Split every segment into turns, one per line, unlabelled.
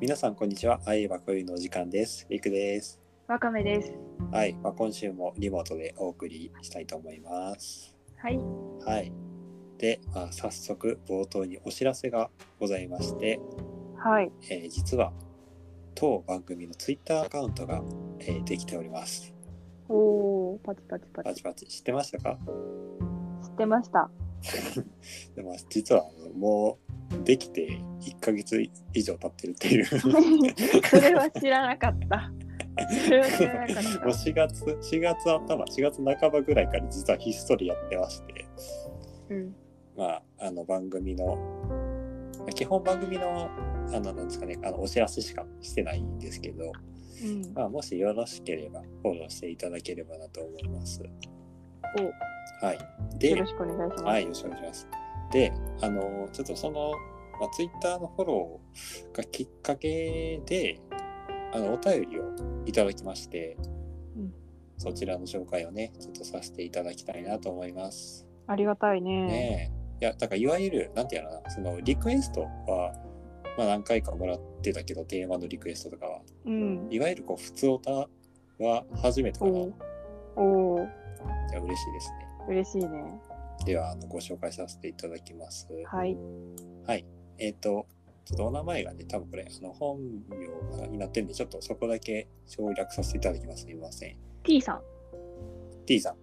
皆さんこんにちは。愛は恋のお時間です。りくです。
わかめです。
はい、まあ、今週もリモートでお送りしたいと思います。
はい。
はい。で、まあ、早速冒頭にお知らせがございまして、
はい。
えー実は当番組のツイッターアカウントが、えーできております。
おお、パチパチパ
パ
チ。
チパチ知ってましたか？
知って ました。
でも実はあのもうできて1ヶ月以上経ってるっていう
それは知らなかった。それは知らなか
もう
った。
4月4月頭4月半ばぐらいから実はひっそりやってまして
うん。
まあ、あの番組のまあ基本番組のあのなんですかねあのお知らせしかしてないんですけど、
うん。
まあ、もしよろしければフォローしていただければなと思います。はい、
よ
で
ろ、しくお願いします。
はい、よろしくお願いします。であのちょっとその、まあ、Twitter のフォローがきっかけであのお便りをいただきまして、
うん
そちらの紹介をねちょっとさせていただきたいなと思います。
ありがたいね。
ねえ。いや、だからいわゆる、なんていうのかな、そのリクエストは、まあ何回かもらってたけど、テーマのリクエストとかは、
うん。
いわゆるこう、普通オタは初めてか
お
な。い
お。おお。
や、嬉しいですね。
嬉しいね。
では、あのご紹介させていただきます。い。
はい。
えっ、と、ちょっとお名前がね、多分これ、あの、本名になってるんで、ちょっとそこだけ省略させていただきます。すみません。
T さん。
T さん。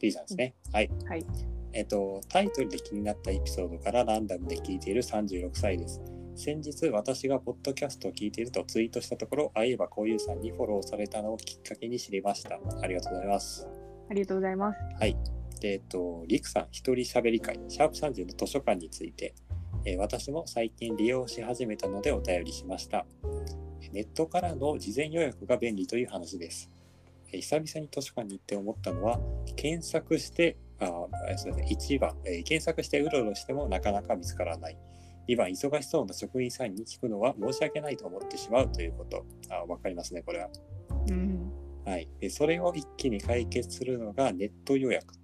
T さんですね。はい。
はい
えっと、タイトルで気になったエピソードからランダムで聞いている36歳です。先日私がポッドキャストを聞いているとツイートしたところ、あいえばこういうさんにフォローされたのをきっかけに知りました。ありがとうございます。
ありがとうございます。
はい。でえっと、りくさん一人喋り会、シャープ30の図書館について、えー私も最近利用し始めたのでお便りしました。ネットからの事前予約が便利という話です。えー久々に図書館に行って思ったのは、検索して、あーすいません1番、えー検索してうろうろしてもなかなか見つからない。2番、忙しそうな職員さんに聞くのは申し訳ないと思ってしまうということ。あーわかりますね、これは。
うん。
はい、でそれを一気に解決するのがネット予約。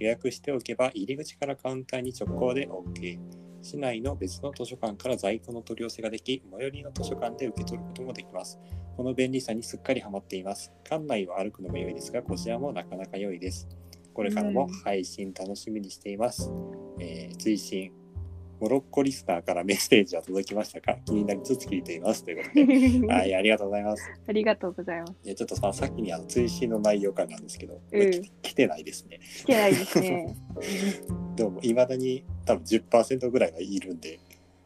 予約しておけば入り口からカウンターに直行で OK。市内の別の図書館から在庫の取り寄せができ、最寄りの図書館で受け取ることもできます。この便利さにすっかりハマっています。館内を歩くのも良いですが、こちらもなかなか良いです。これからも配信楽しみにしています。えー追伸、モロッコリスナーからメッセージは届きましたか気になりつつ聞いています。ということで、 はい、ありがとうございます。
ありがとうございます。
いやちょっとささっきにあの追伸の内容からなんですけど、
うん
き来てないですね。
来てないで すね。
でもいまだに多分10%ぐらいはいるんで、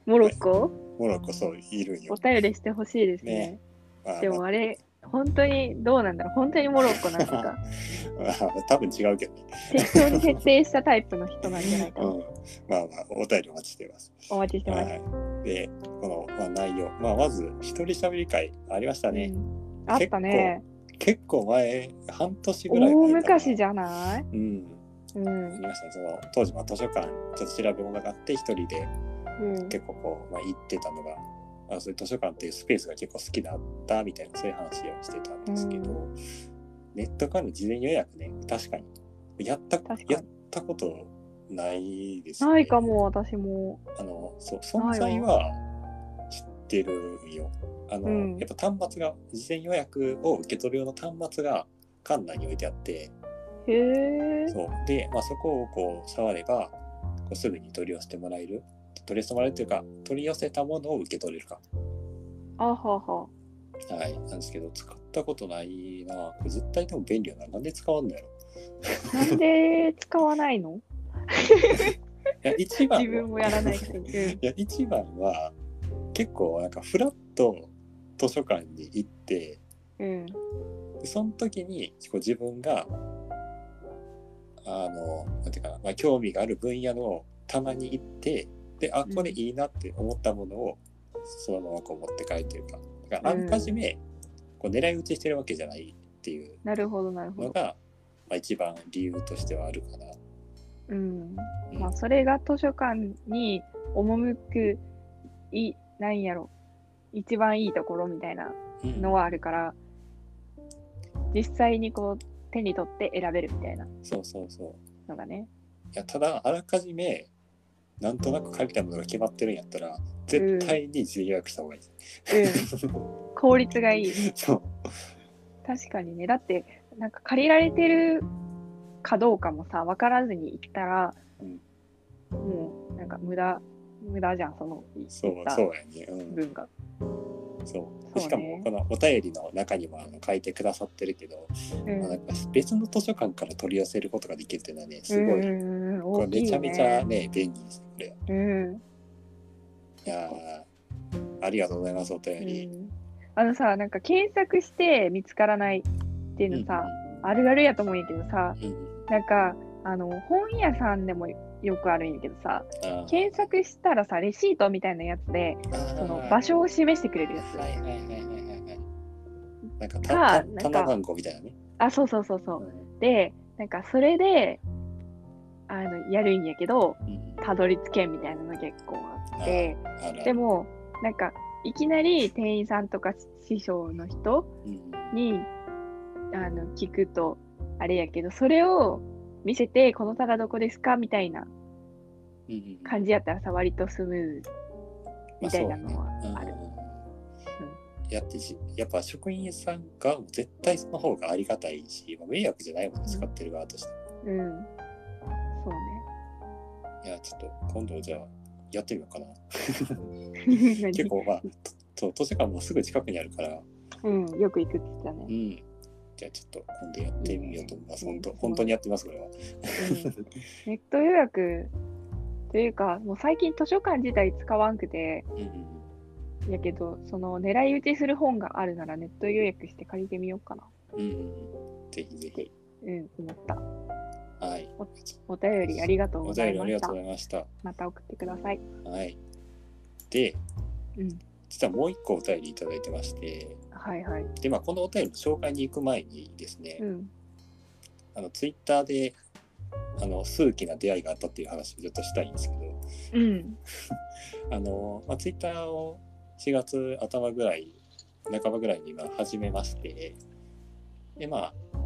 モロッコ
モロこそいるんよ
お。便りしてほしいですね
ね。まあ、
でもあれ、本当にどうなんだろう。本当にモロッコなんですか。
まあまあ多分違うけどね。
適当に設定したタイプの人なんじゃないか
う
な。
ん、まあまあお便りお待ちしています。
お待ちしてます。
はい、でこの、まあ、内容、まあ、まず一人喋り会ありましたね
う。んあったね。
結構前半年ぐらい
大
前かな
昔じゃない
うん、
うん。
あり
う
ましたね。その当時まあ図書館ちょっと調べ物があって一人で
ん。
結構こう、まあ、行ってたのが、まあ、そういう図書館っていうスペースが結構好きだったみたいなそういう話をしてたんですけど、
う
ネットからの事前予約ね確かにやった
確か
やっ
に。
たことないですね
ないかも、私も。
あのそう存在は知ってるよあの、
うん
やっぱ端末が事前予約を受け取る用の端末が館内に置いてあって
へえ。
そうで、まあ、そこをこう触ればこうすぐに取り寄せてもらえる取り寄せてもらえるというか取り寄せたものを受け取れるか
あはは。
はい、なんですけど、使ったことないな。これ絶対でも便利やな。なんで使わんのやろ。
なんで使わな いの
いや、一番
自分もやらな い
い
くせに。うん
や、一番は、結構、なんか、フラッと図書館に行って、
うん。
でその時に、こう自分が、あの、なんていうかな、まあ、興味がある分野の棚に行って、で、あ、これいいなって思ったものを、そのままこう持って帰るというか、だから、あらかじめ、こう狙い撃ちしてるわけじゃないっていう
なるほど、なるほ
の
ど。
が、まあ、一番理由としてはあるかな。
うん。
うん
まあ、それが図書館に赴く、い、なんやろ。一番いいところみたいな
うん
のはあるから、実際にこう、手に取って選べるみたいな
そうそうそう。
のがね。
いやただあらかじめなんとなく書いたものが決まってるんやったら絶対に自由予約した方がいい、
うん、効率がいい。
そう
確かにね。だって、なんか借りられてるかどうかもさ、分からずに行ったら、
うん
もう、なんか無駄、無駄じゃん、その、
そう
行った
そうやね、うん、
分が。
そう
そうね
しかもこのお便りの中にもあの書いてくださってるけど、
う
まあなん
ん。
か別の図書館から取り寄せることができるっていうのはねすごい、
うんうんうん、
これ
大き
め
いね
ちゃめちゃ。ね便利ですこれ
うん。
いやーありがとうございますお便り、
うんあのさ、なんか検索して見つからないっていうのさ、あるあるやと思うんやけどさ、
うんうん
なんか、あの、本屋さんでもよくあるんやけどさ、
あー
検索したらさ、レシートみたいなやつで、
あー
その場所を示してくれるや
は
つ。
いはいはいはいはいはいなんか
か
たた
なんか
棚番号みたいなね、
あ、そうそうそうそうう。
ん
で、なんかそれで、あの、やるんやけど、
うん
たどり着けんみたいなの結構あって、
あるある
でも、なんか、いきなり店員さんとか師匠の人
うん
にあの聞くとあれやけどそれを見せてこの棚どこですかみたいな
うんうんうん
感じやったらさ割とスムーズみたいなのは
ま
あ
そう
る
ね。うんやってしやっぱ職員さんが絶対その方がありがたいし、まあ迷惑じゃないもの使ってる側として。
うんそう
いや、ちょっと今度じゃあやってみようかな。
ね何
結構まあ、とそう図書館もすぐ近くにあるから、
うんよく行くって言ってた
う
ね、
ん。じゃあちょっと今度やってみようと思います。
うん
本当本当にやってます、これは。
うん、ネット予約というかもう最近図書館自体使わんくて
うんうん
やけどその狙い撃ちする本があるならネット予約して借りてみようかな
うんうんうん。ぜひぜひ。
うん思った
はい。
お便りありがとう
お
ござ
便
い
りあ
ま
りが
し
と
た
うございました。
また送ってください
はい。で、
うん
実はもう一個お便りいただいてまして、
はいはい
で、まあ、このお便りの紹介に行く前にですね、
うん
あのツイッターであの数奇な出会いがあったっていう話をちょっとしたいんですけど
うん
あの、まあ、ツイッターを4月頭ぐらい半ばぐらいに今始めましてで、まあ、ま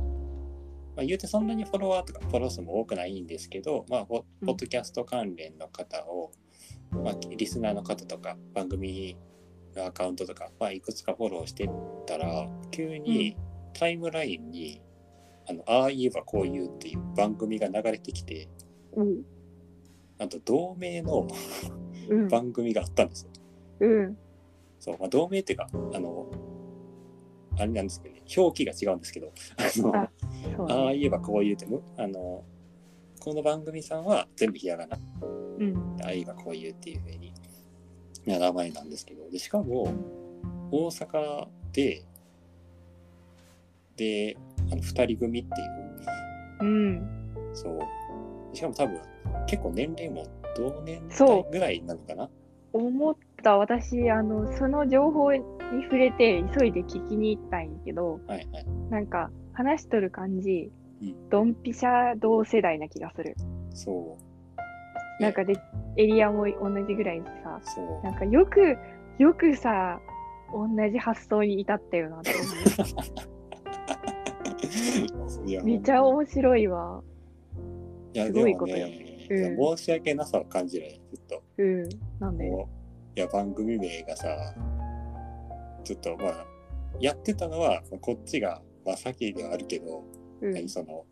あ言うてそんなにフォロワーとかフォロー数も多くないんですけど、まあ、ポ
うん
ポッドキャスト関連の方を、まあ、リスナーの方とか番組のアカウントとか、まあ、いくつかフォローしてったら急にタイムラインに「あのああ言えばこう言う」っていう番組が流れてきて
うん
あと同名の
うん
番組があったんですよ。
うん
そうまあ、同名っていうかあのあれなんですけどね表記が違うんですけどあの
あそう
ああ
ね
言えばこう言うてもあのこの番組さんは全部ひらがな
うん
ああ言えばこう言うっていうふうにな名前なんですけどでしかも大阪でであの2人組っていう
うん
そうしかも多分結構年齢も同年
そ
代ぐらいなのかな
思った私あのその情報に触れて急いで聞きに行ったんやけど
はいはい
なんか話しとる感じ
うん
ドンピシャ同世代な気がする
そう
なんかでエリアも同じぐらいでさ
そう
なんかよくよくさ同じ発想に至ったよなって思
いや
うめっちゃ面白いわ
いや
す
で
ごい
も
ことよ
ね、
う
申し訳なさを感じるねずっと
うんなんで
もういや番組名がさちょっとまあやってたのはこっちが、まあ、先ではあるけど、
うん
何その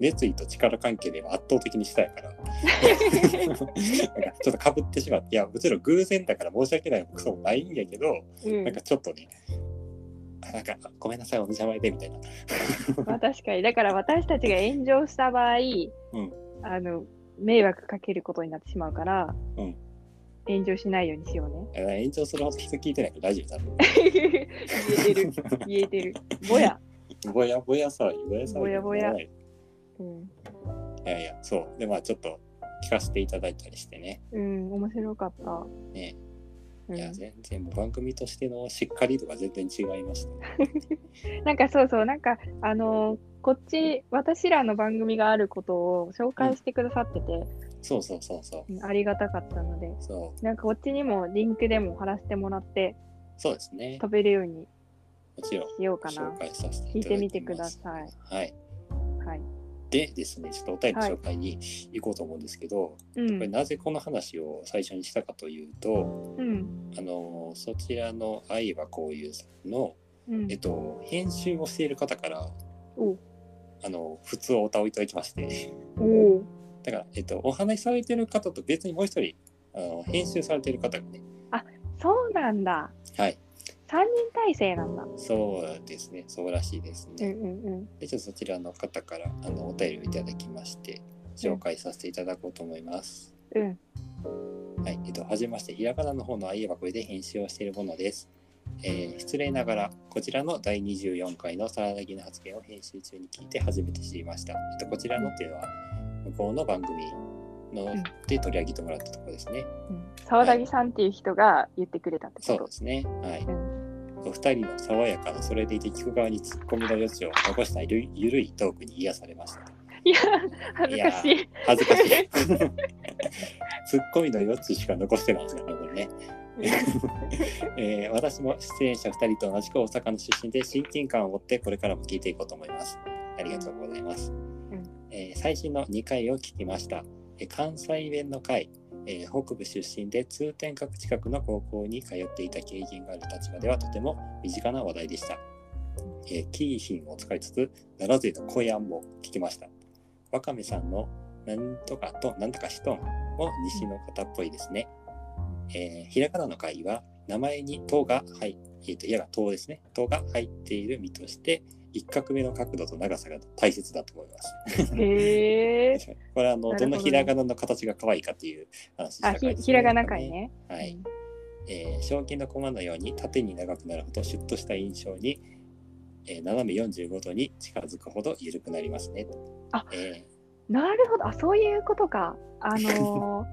熱意と力関係では圧倒的に下や から なんかちょっとかぶってしまっていやもちろん偶然だから申し訳ないこともないんやけど、
うん
なんかちょっとねあなんかごめんなさいお邪魔でみたいな
まあ確かにだから私たちが炎上した場合、
ん
あの迷惑かけることになってしまうから、
うん
炎上しないようにしよ う
あ延長するほど人聞いてないから大丈夫だろ
ね言えてる言えてるぼや、
ぼやぼや騒ぎぼや騒ぎ
ぼやぼや
い
うん、
やいやそうでまあちょっと聞かせていただいたりしてね
うん面白かった、
ね
う
いや
ん、
全然もう番組としてのしっかりとか全然違いました ね
なんかそうそうなんかあのーこっち私らの番組があることを紹介してくださってて、
そうそうそうそう
うんありがたかったので
そう
なんかこっちにもリンクでも貼らせてもらって
そうですね
飛べるように
もちろん
しようかな
紹介させて
聞
い
い
ただ
て
いて
みてくだ
い
さい
はい
はい
でですね、ちょっとお便りの紹介に行こうと思うんですけど、
う
これ
ん。
なぜこの話を最初にしたかというと、
うん。
あのそちらの愛はこういうさんの、
うん
えっと、編集をしている方から
お
あの普通お歌をいただきまして、
おお
だから、えっと、お話しされてる方と別にもう一人あの編集されてる方がね、
そうなんだ。
はい、
三人体制なんだ。
そうですね、そうらしいです
うん
ね。
うんうん。
でちょっとそちらの方からあのお便りをいただきまして紹介させていただこうと思います。
うん。
はい、えっと、はじめまして、ひらがなの方のあいえばこれで編集をしているものです。えー失礼ながら、こちらの第24回のサラダギの発言を編集中に聞いて初めて知りました。えっと、こちらのっていうのは、向こうの番組の
うん
で取り上げてもらったところですね。
沢田木さんっていう人が言ってくれたって
そう
こ
ですね。はい。
と。うん
お二人の爽やかな、それでいて聞く側に突っ込みの余地を残したゆるゆるいトークに癒されましたと。
いや、恥ずかしい。
恥ずかしい。ツッコミの余地しか残してないですからね、これね。えー私も出演者2人と同じく大阪の出身で親近感を持ってこれからも聞いていこうと思います。ありがとうございます。
うん
えー最新の2回を聞きました。えー関西弁の回、えー北部出身で通天閣近くの高校に通っていた経験がある立場ではとても身近な話題でした。えーキーヒンを使いつつ、奈良勢の小屋も聞きました。わかめさんのなんとかとなんとかしとんも西の方っぽいですね。えーひらがなの会は名前に「と」が入っえーと、いや、とですね。とが入っている身として、一画目の角度と長さが大切だと思います。
へえ。
これはあの、
なる
ど
ほど
ん
ね
なひらがなの形が可愛いかっていう話した
あ、
回ですね
ひひらがな会。ね。
はい。えー賞金の駒のように縦に長くなるほどシュッとした印象に、えー斜め45度に近づくほど緩くなりますね。
あ
え
なるほど。あ、そういうことか。あの ー、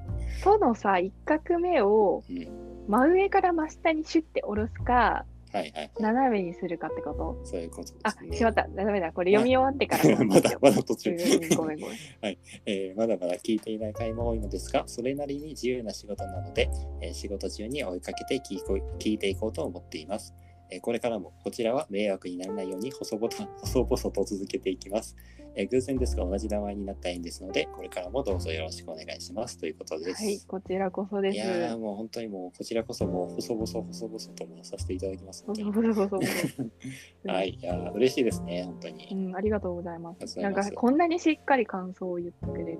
とのさ、一画目を
ーうん、
真上から真下にシュッて下ろすか、
はいはい。
斜めにするかってこと
そういうことで
あ
す、ね。
しまった。斜めだ。これ読み終わってからなん
ま
です
だ
よ。
まだ途
う
中、
んごめんごめん。
えーまだまだ聞いていない回も多いのですが、それなりに自由な仕事なので、えー仕事中に追いかけて聞いこ聞いていこうと思っています。えーこれからもこちらは迷惑にならないように細々と 細々と続けていきます、えー偶然ですが同じ名前になった縁ですので、これからもどうぞよろしくお願いしますということです。
はい、こちらこそで
いやー
す。
もう本当にもうこちらこそもう細々細々ともさせていただきますの
そう
で
そうそうそうそう。 うん
はい、いやー嬉しいですね、本当
う
に。
ん、ありがとうございま
ありがとうご
す。
ざい
なん
ま
か
す
こんなにしっかり感想を言ってくれる。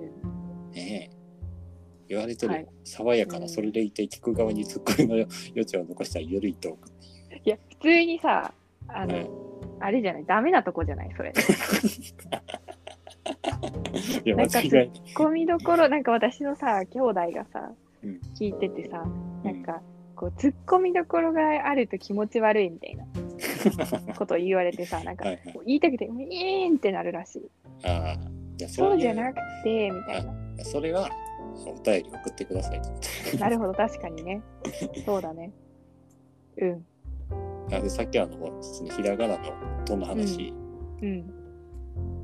ねえ言われてる、
はい
爽やか
う
な、
ん
それでいて聞く側に突っ込みの 余地を残したゆるいトーク。
いや、普通にさ、あの、
はい
あれじゃない、ダメなとこじゃない、 それ。
いや、間
なんか
違いない。
ツッコミどころ、なんか私のさ、兄弟がさ
うん、
聞いててさ、なんか、こう、ツッコミどころがあると気持ち悪いみたい なことを言われてさ、なんか、
はいはい
こう言いたくて、ウィーンってなるらしい。
ああ、いや、
そう
い
じゃなくて、みたいな。
それは、お便り送って くださいと。
なるほど、確かに ね。そうだね。うん、
あでさっきあの、そのひらがなの、どんな話、
うん。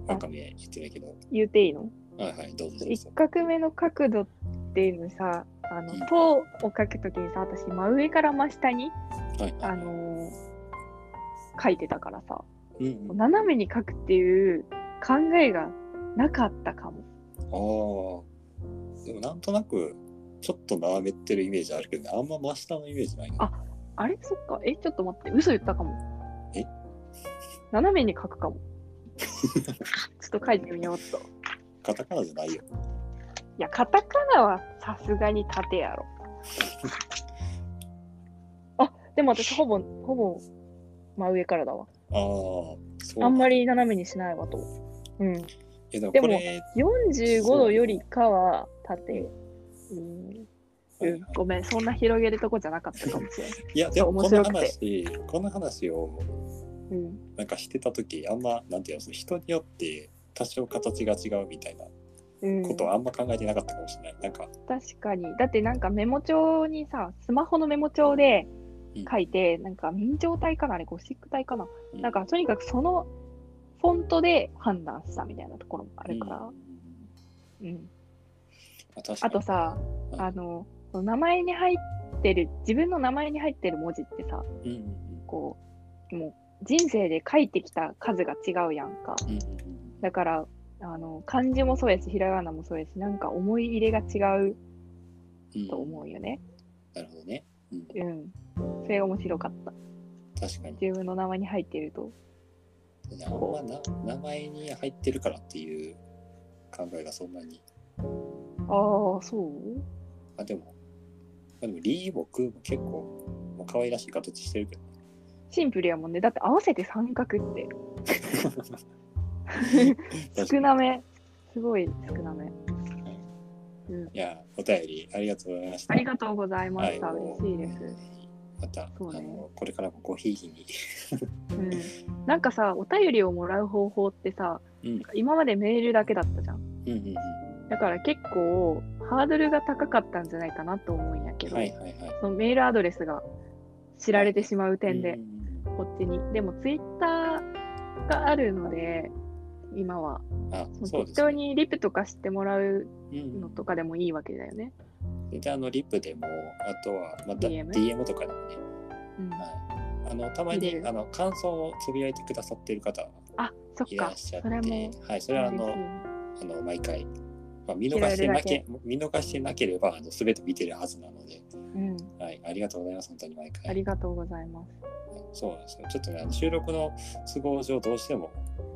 わかめ言ってたけど、
言っていいの
はいはい、どうぞどう
一
ぞ。
画目の角度っていうのさ、あの
うん、
とを書くときにさ、私、真上から真下に、
はいはい。
あのー書いてたからさ、
うんうん、あ
斜めに書くっていう考えがなかったかも。
あー。でも、なんとなく、ちょっと斜めってるイメージあるけど、ね、あんま真下のイメージないな。
ああれそっか。え、ちょっと待って。嘘言ったかも。
え
斜めに書く かも。ちょっと書いてみようっと。い
カタカナじゃないよ。
や、カタカナはさすがに縦 やろ。あ、でも私、ほぼ、ほぼ真上からだわ。
ああ、そう。
あんま
り。
り斜めにしないわと。うん。
いや、でも
で
こ
も
れ、
45度よりかは縦。うん
は
う
いはい
ん、ごめん、そんな広げるとこじゃなかったかもしれない。
いや、でもこ
面
の
白くて
話、この話を
うん、
なんかしてた時、あんま、なんていうの、その人によって多少形が違うみたいな
うん、
ことはあんま考えてなかったかもしれない。なんか、
確かに。だってなんかメモ帳にさ、スマホのメモ帳で書いて、なんか明朝体かな、あれゴシック体かな。
う
なんかとにかくそのフォントで判断したみたいなところもあるから。
うん
うん、
あ確か
あ
に
とさ、あの、その名前に入ってる、自分の名前に入ってる文字ってさ、
うんうんうん
こう、もう人生で書いてきた数が違うやんか。
うんうんうん
だからあの漢字もそうやしひらがなもそうやしなんか思い入れが違う
うん
と思うよね
なるほどね。うん、
うんそれが面白かった
確かに。
自分の名前に入ってると
あんまな名前に入ってるからっていう考えがそんなに。
ああそう
あ、でも、まあ、でもリーボクも結構もう可愛らしい形してるけどね。
シンプルやもんねだって合わせて三角って
確か
少
に
なめすごい少なめうん
いや、お便りありがとうございました。
ありがとうございました、
はい
嬉しいです
また、
そうね
あのこれからもごひいきに。
うん、なんかさお便りをもらう方法ってさ
うん、
今までメールだけだったじゃん
うん、うん、うん。
だから結構ハードルが高かったんじゃないかなと思うんやけど、
はいはいはい。
そのメールアドレスが知られてしまう点
う
で、
ん
こっちにでもツイッターがあるので今は
あ、
その
そうで
適
す
当
ね。
にリプとかしてもらう
うん
のとかでもいいわけだよね、
でであのリップでもあとはまた
DM
DM とかでもね、
うん、
はい、あのたま
見
に
れる
あの感想をつぶやいてくださってる方
あそっ
いら
か
っしゃっ
それ
て
も
はい、それはあ
嬉しい
の
ね
あの毎回、まあ、見逃してなけ見逃してなければあの全て見てるはずなので、
うん、
はい、ありがとうございます本当に毎
あ
回
りがとうございます
そうなんですよちょっとねあの収録の都合上どうしても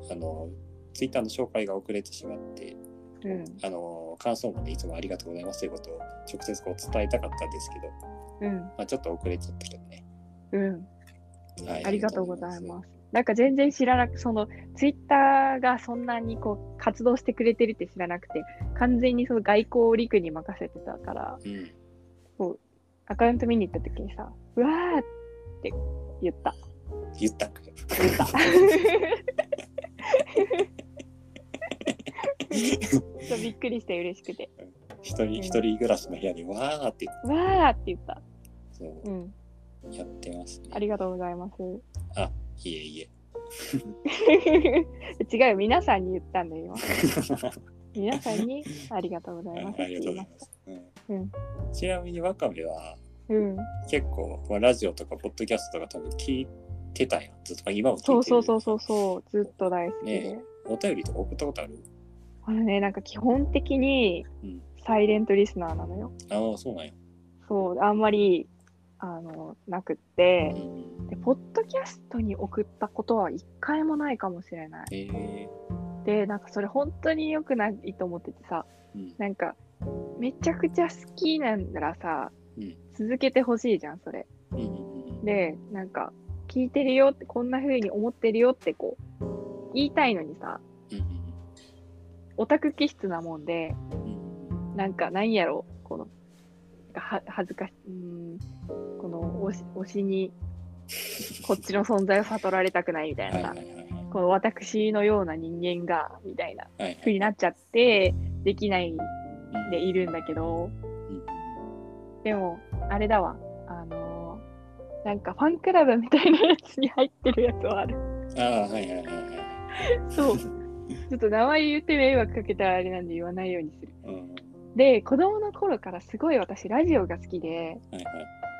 あのツイッターの紹介が遅れてしまって
うん
あの感想もねいつもありがとうございますということを直接こう伝えたかったんですけど、
うん
まあ、ちょっと遅れちゃったけどね、
うん
はい、
ありがとうござい
す
ます。なんか全然知らなく、そのツイッターがそんなにこう活動してくれてるって知らなくて、完全にその外交陸に任せてたから、
うん、
アカウント見に行った時にさ、うわーって言った。
言ったんかよ。
ちょっとびっくりして嬉しくて、
一人一人暮らしの部屋でわーって
うわーって言った。、
そううんやってます、ね。
ありがとうございます。
あいえいえ。
違うよ、皆さんに言ったんだよ、今。皆さんにありがとうございま す
あ
って
りが
言
とうござい
いまし
ま
た。
す。うんちなみにワカメは
うん。
結構、まあ、ラジオとかポッドキャストとか多分聞いてたやん。ずっと、まあ、今も聞いて
そ
る
うそうそうそうそう、ずっと大好きで。
ねお便りとか送ったことある
あのね、なんか基本的に
うん
サイレントリスナーなのよ。
ああ、そうなんや。
そう、あんまり、あの、なくっ
う
て、
ん、
で、ポッドキャストに送ったことは一回もないかもしれない。
えー
で、なんかそれ本当に良くないと思っててさ、
うん
なんか、めちゃくちゃ好きなんならさ、
うん
続けてほしいじゃん、それ。
うんうん
で、なんか、聞いてるよって、こんな風に思ってるよってこう、言いたいのにさ、
うん
オタク気質なもんで、
うんうん
なんかなんやろこのは恥ずかしうーんこの推し推しにこっちの存在を悟られたくないみたい
はい
な、
はいはいはい
この私のような人間がみたいな
はい
ふうになっちゃってできない
はい。
でいるんだけ
う
ど
ん
でもあれだわあのーなんかファンクラブみたいなやつに入ってるやつはある
ああ、はいはいはいはい。
そうちょっと名前言って迷惑かけたらあれなんで言わないようにする
うん。
で子供の頃からすごい私ラジオが好きで
はいはい。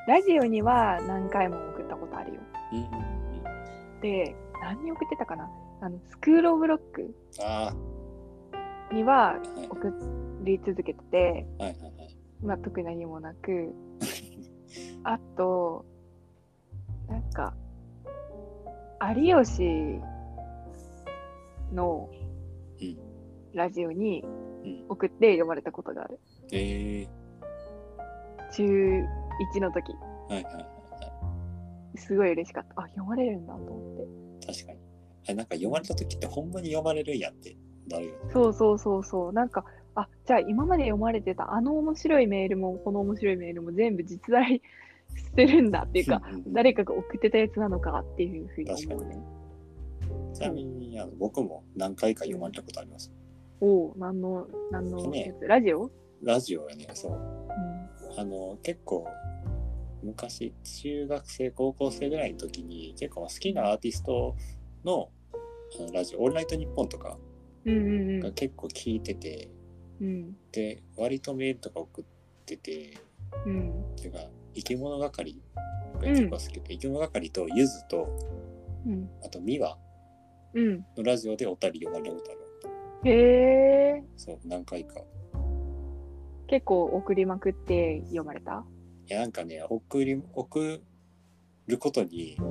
ラジオには何回も送ったことあるよ。
うんうんうん
で、何に送ってたかなあのスクール・オブ・ロック
あ
には
あ、はい
送り続けてて、
はいはいはい。
まあ、特に何もなく、あと、なんか、有吉の
うん
ラジオに
うん
送って読まれたことがある。
ええ
中1の時、
はいはいはい
すごい嬉しかった。あ、読まれるんだと思って。
確かに。あなんか読まれた時ってほんまに読まれるんやってなるよね。
そうそうそうそう。なんか、あじゃあ今まで読まれてたあの面白いメールもこの面白いメールも全部実在してるんだっていうか、
んんん
誰かが送ってたやつなのかっていうふうに思うね。
ちなみにあの僕も何回か読まれたことあります。
おお、なんの、なんの
ね
やつ、ラジオ、
ラジオはね、そう。
うん、
あの、結構、昔、中学生、高校生ぐらいの時に、結構好きなアーティストのあのラジオ、オールナイトニッポンとか
うん
が結構聞いてて、
うんうん。
で、割とメールとか送ってて、
うん。うん。
ていうか生き物係が結構好きで、生き物係とゆずと
うん。
あと美和
うん。
のラジオでお便り読まれたことある
へえ。
そう、何回か。
結構送りまくって読まれた
いや、なんかね、送り、送ることに、あ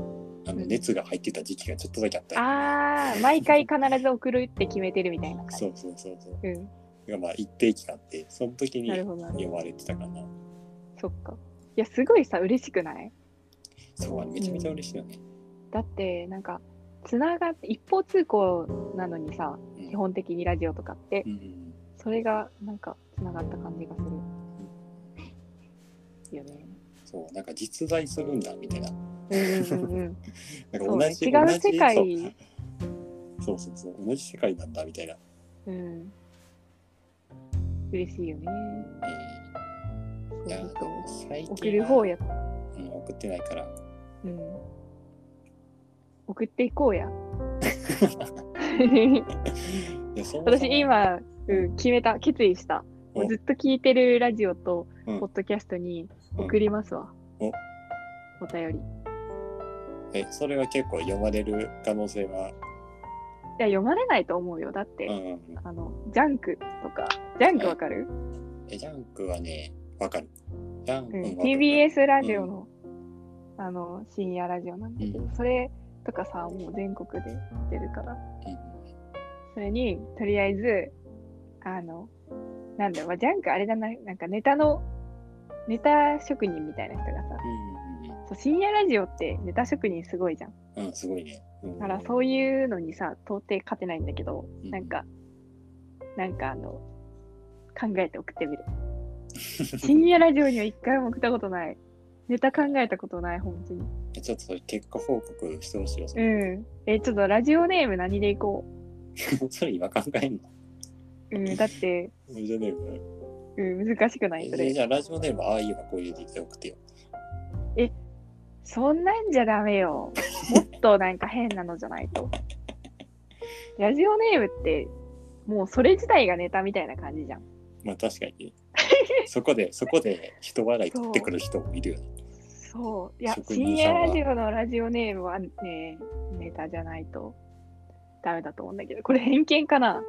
の、
うん
熱が入ってた時期がちょっとだけあった、
ああ、毎回必ず送るって決めてるみたいな感じ。
そうそうそうそう。
うん。
がまあ、一定期間あって、その時に
なるほどなるほど
読まれてたかな。
そっか。いや、すごいさ、嬉しくない
そう、あれめちゃめちゃ嬉しいよね。
だって、なんか、つながって、一方通行なのにさ、
うん
基本的にラジオとかって
う、ん。
それがなんか、つながった感じがする。よね。
そう、なんか実在するんだ、みたいな。
うんうん うんうん。
なんか
そう
同
ね
じ、
違
同
う
じ
世界
そうそうそうそう、同じ世界なんだ、みたいな。
うん。嬉しいよね。
えー、い
そうち
や、
ょっ
でも最近
と
は
送る方や、
うん、送ってないから。
うん。送っていこう や。
いやそもそも
私、今、うん、決めた、決意した。もうずっと聞いてるラジオと、
うん
ポッドキャストに
うん
送りますわ。
お
お便り。い
え、それは結構読まれる可能性は。
や、読まれないと思うよ。だって、
うんうんうん。
あの、ジャンクとか、ジャンクわかる、
え、ジャンクはね、わかる。ジャンク
うん
わかる
?TBS ラジオの、あの、深夜ラジオなんだけど、
うん
それとかさ、もう全国で出るか
う
ら。
ん
それに、とりあえず、あの、なんだろう、まあジャンクあれだな、なんかネタの、ネタ職人みたいな人がさ、そう深夜ラジオってネタ職人すごいじゃん。
うんうん。うん、すごいね。うん、
だからそういうのにさ、到底勝てないんだけど、
うん
なんか、なんかあの、考えて送ってみ る。深夜ラジオには一回も送ったことない。ネタ考えたことない、本当に。
えちょっとそれ結果報告してほしいよ。それ
うん。え、ちょっとラジオネーム何でいこ
それ今考えんの
う。うん、だって、
ラジオネーム。
うん、難しくない、そ
え
れ
じ。ゃあラジオネーム、ああ、いいわ、こういうで送ってよ。
そんなんじゃダメよ。もっとなんか変なのじゃない と。ラジオネームって、もうそれ自体がネタみたいな感じじゃん。
まあ確かに。 そこで、そこで人笑い取ってくる人もいるよね。
そう。いや、
職
深
人さんは
夜ラジオのラジオネームはね、ネタじゃないとダメだと思うんだけど、これ偏見 かな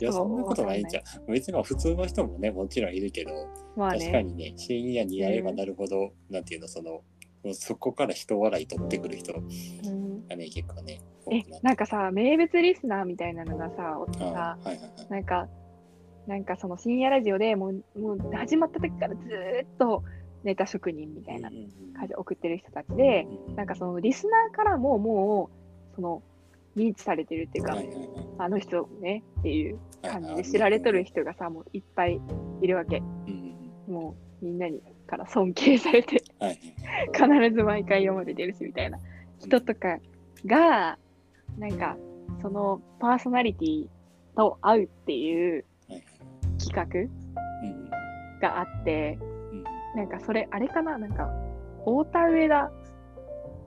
い
や、そんなことないんじゃん。別に普通の人もね、もちろんいるけど、
まあ
確か
ね。
にね、深夜にやればなるほど、なんていうの、その、もうそこから人笑い取ってくる人
うん
がね、結構ね、多
え
くなっ、て
なんかさ、名物リスナーみたいなのがさ、おって
あ
さ、
はいはいはい。
なんか、なんかその深夜ラジオでもう、もう始まった時からずーっとネタ職人みたいな
うんうん
感じで送ってる人たちで、
うん、
なんかそのリスナーからももう、その、認知されてるっていうか、
はいはいはいはい
あの人ねっていう
はい
感じで知られとる人がさ、もういっぱいいるわけ。
うんうん
もうみんなにから尊敬されて
はいはい
必ず毎回読まれてるしみたいな人とかがなんかそのパーソナリティと会うっていう
はいはい
企
うん
画があって
うんうん
なんかそれあれかななんか太田上田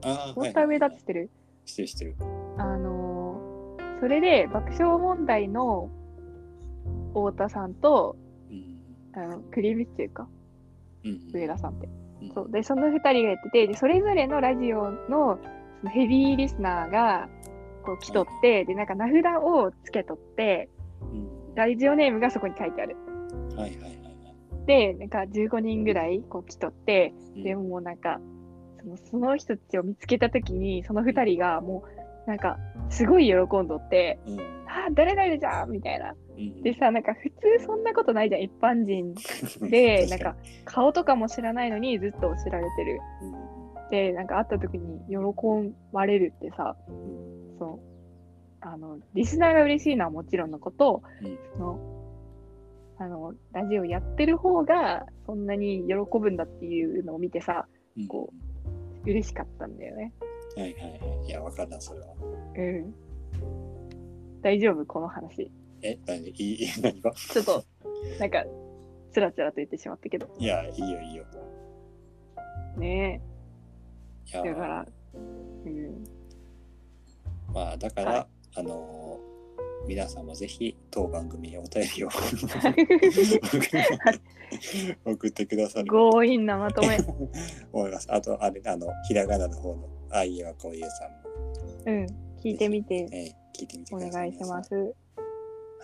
あーはい
太田上田っ
はい
つってる
してるしてる。
あのーそれで爆笑問題の太田さんと
うん
あのクリームシチューか
うん
上田さんって。
うん
そうでその2人がやっててでそれぞれのラジオのそのヘビーリスナーがこう来とってでなんか名札をつけとって
うん
ラジオネームがそこに書いてある
はいはいはいはい
でなんか15人ぐらいこう来とって
うん。
でもうなんかそのその人たちを見つけた時にその2人がもうなんかすごい喜んどって
うんう
「あー誰々じゃん!」みたいな んでさなんか普通そんなことないじゃん一般人 でなんか、顔とかも知らないのにずっと知られてる
確に
でなんか会った時に喜ばれるってさそうあのリスナーが嬉しいのはもちろんのこと、
うん
そのあのラジオやってる方がそんなに喜ぶんだっていうのを見てさ
うん
こ嬉しかったんだよね。
うんはいはいはい。いや、わかんない、それは。
うん大丈夫この話
え、何いい、いい何が
ちょっとなんかつらつらと言ってしまったけど
いや、いいよ、いいよ。
ね
い
え
や、
だから、 うん、
まあ、だから、
は
あのー皆さんもぜひ当番組にお便 りを送ってくださると
強引なまとめ、
思います。あと、あれ、あの、ひらがなの方の、あいえはこういうさんも、
うん、聞いてみて
えー聞いてみて
お
ください。
願いしま
皆さん。
す。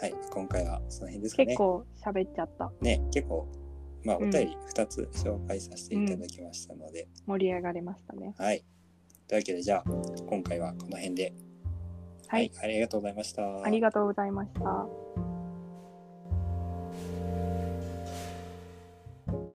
はい、今回はその辺ですかね。
結構喋っちゃった。
ね、結構、まあ、お
うん
便り2つ紹介させていただきましたので、
盛り上がりましたね。
はい。というわけで、じゃあ、今回はこの辺で、
はい、
ありがとうございました。
ありがとうございました。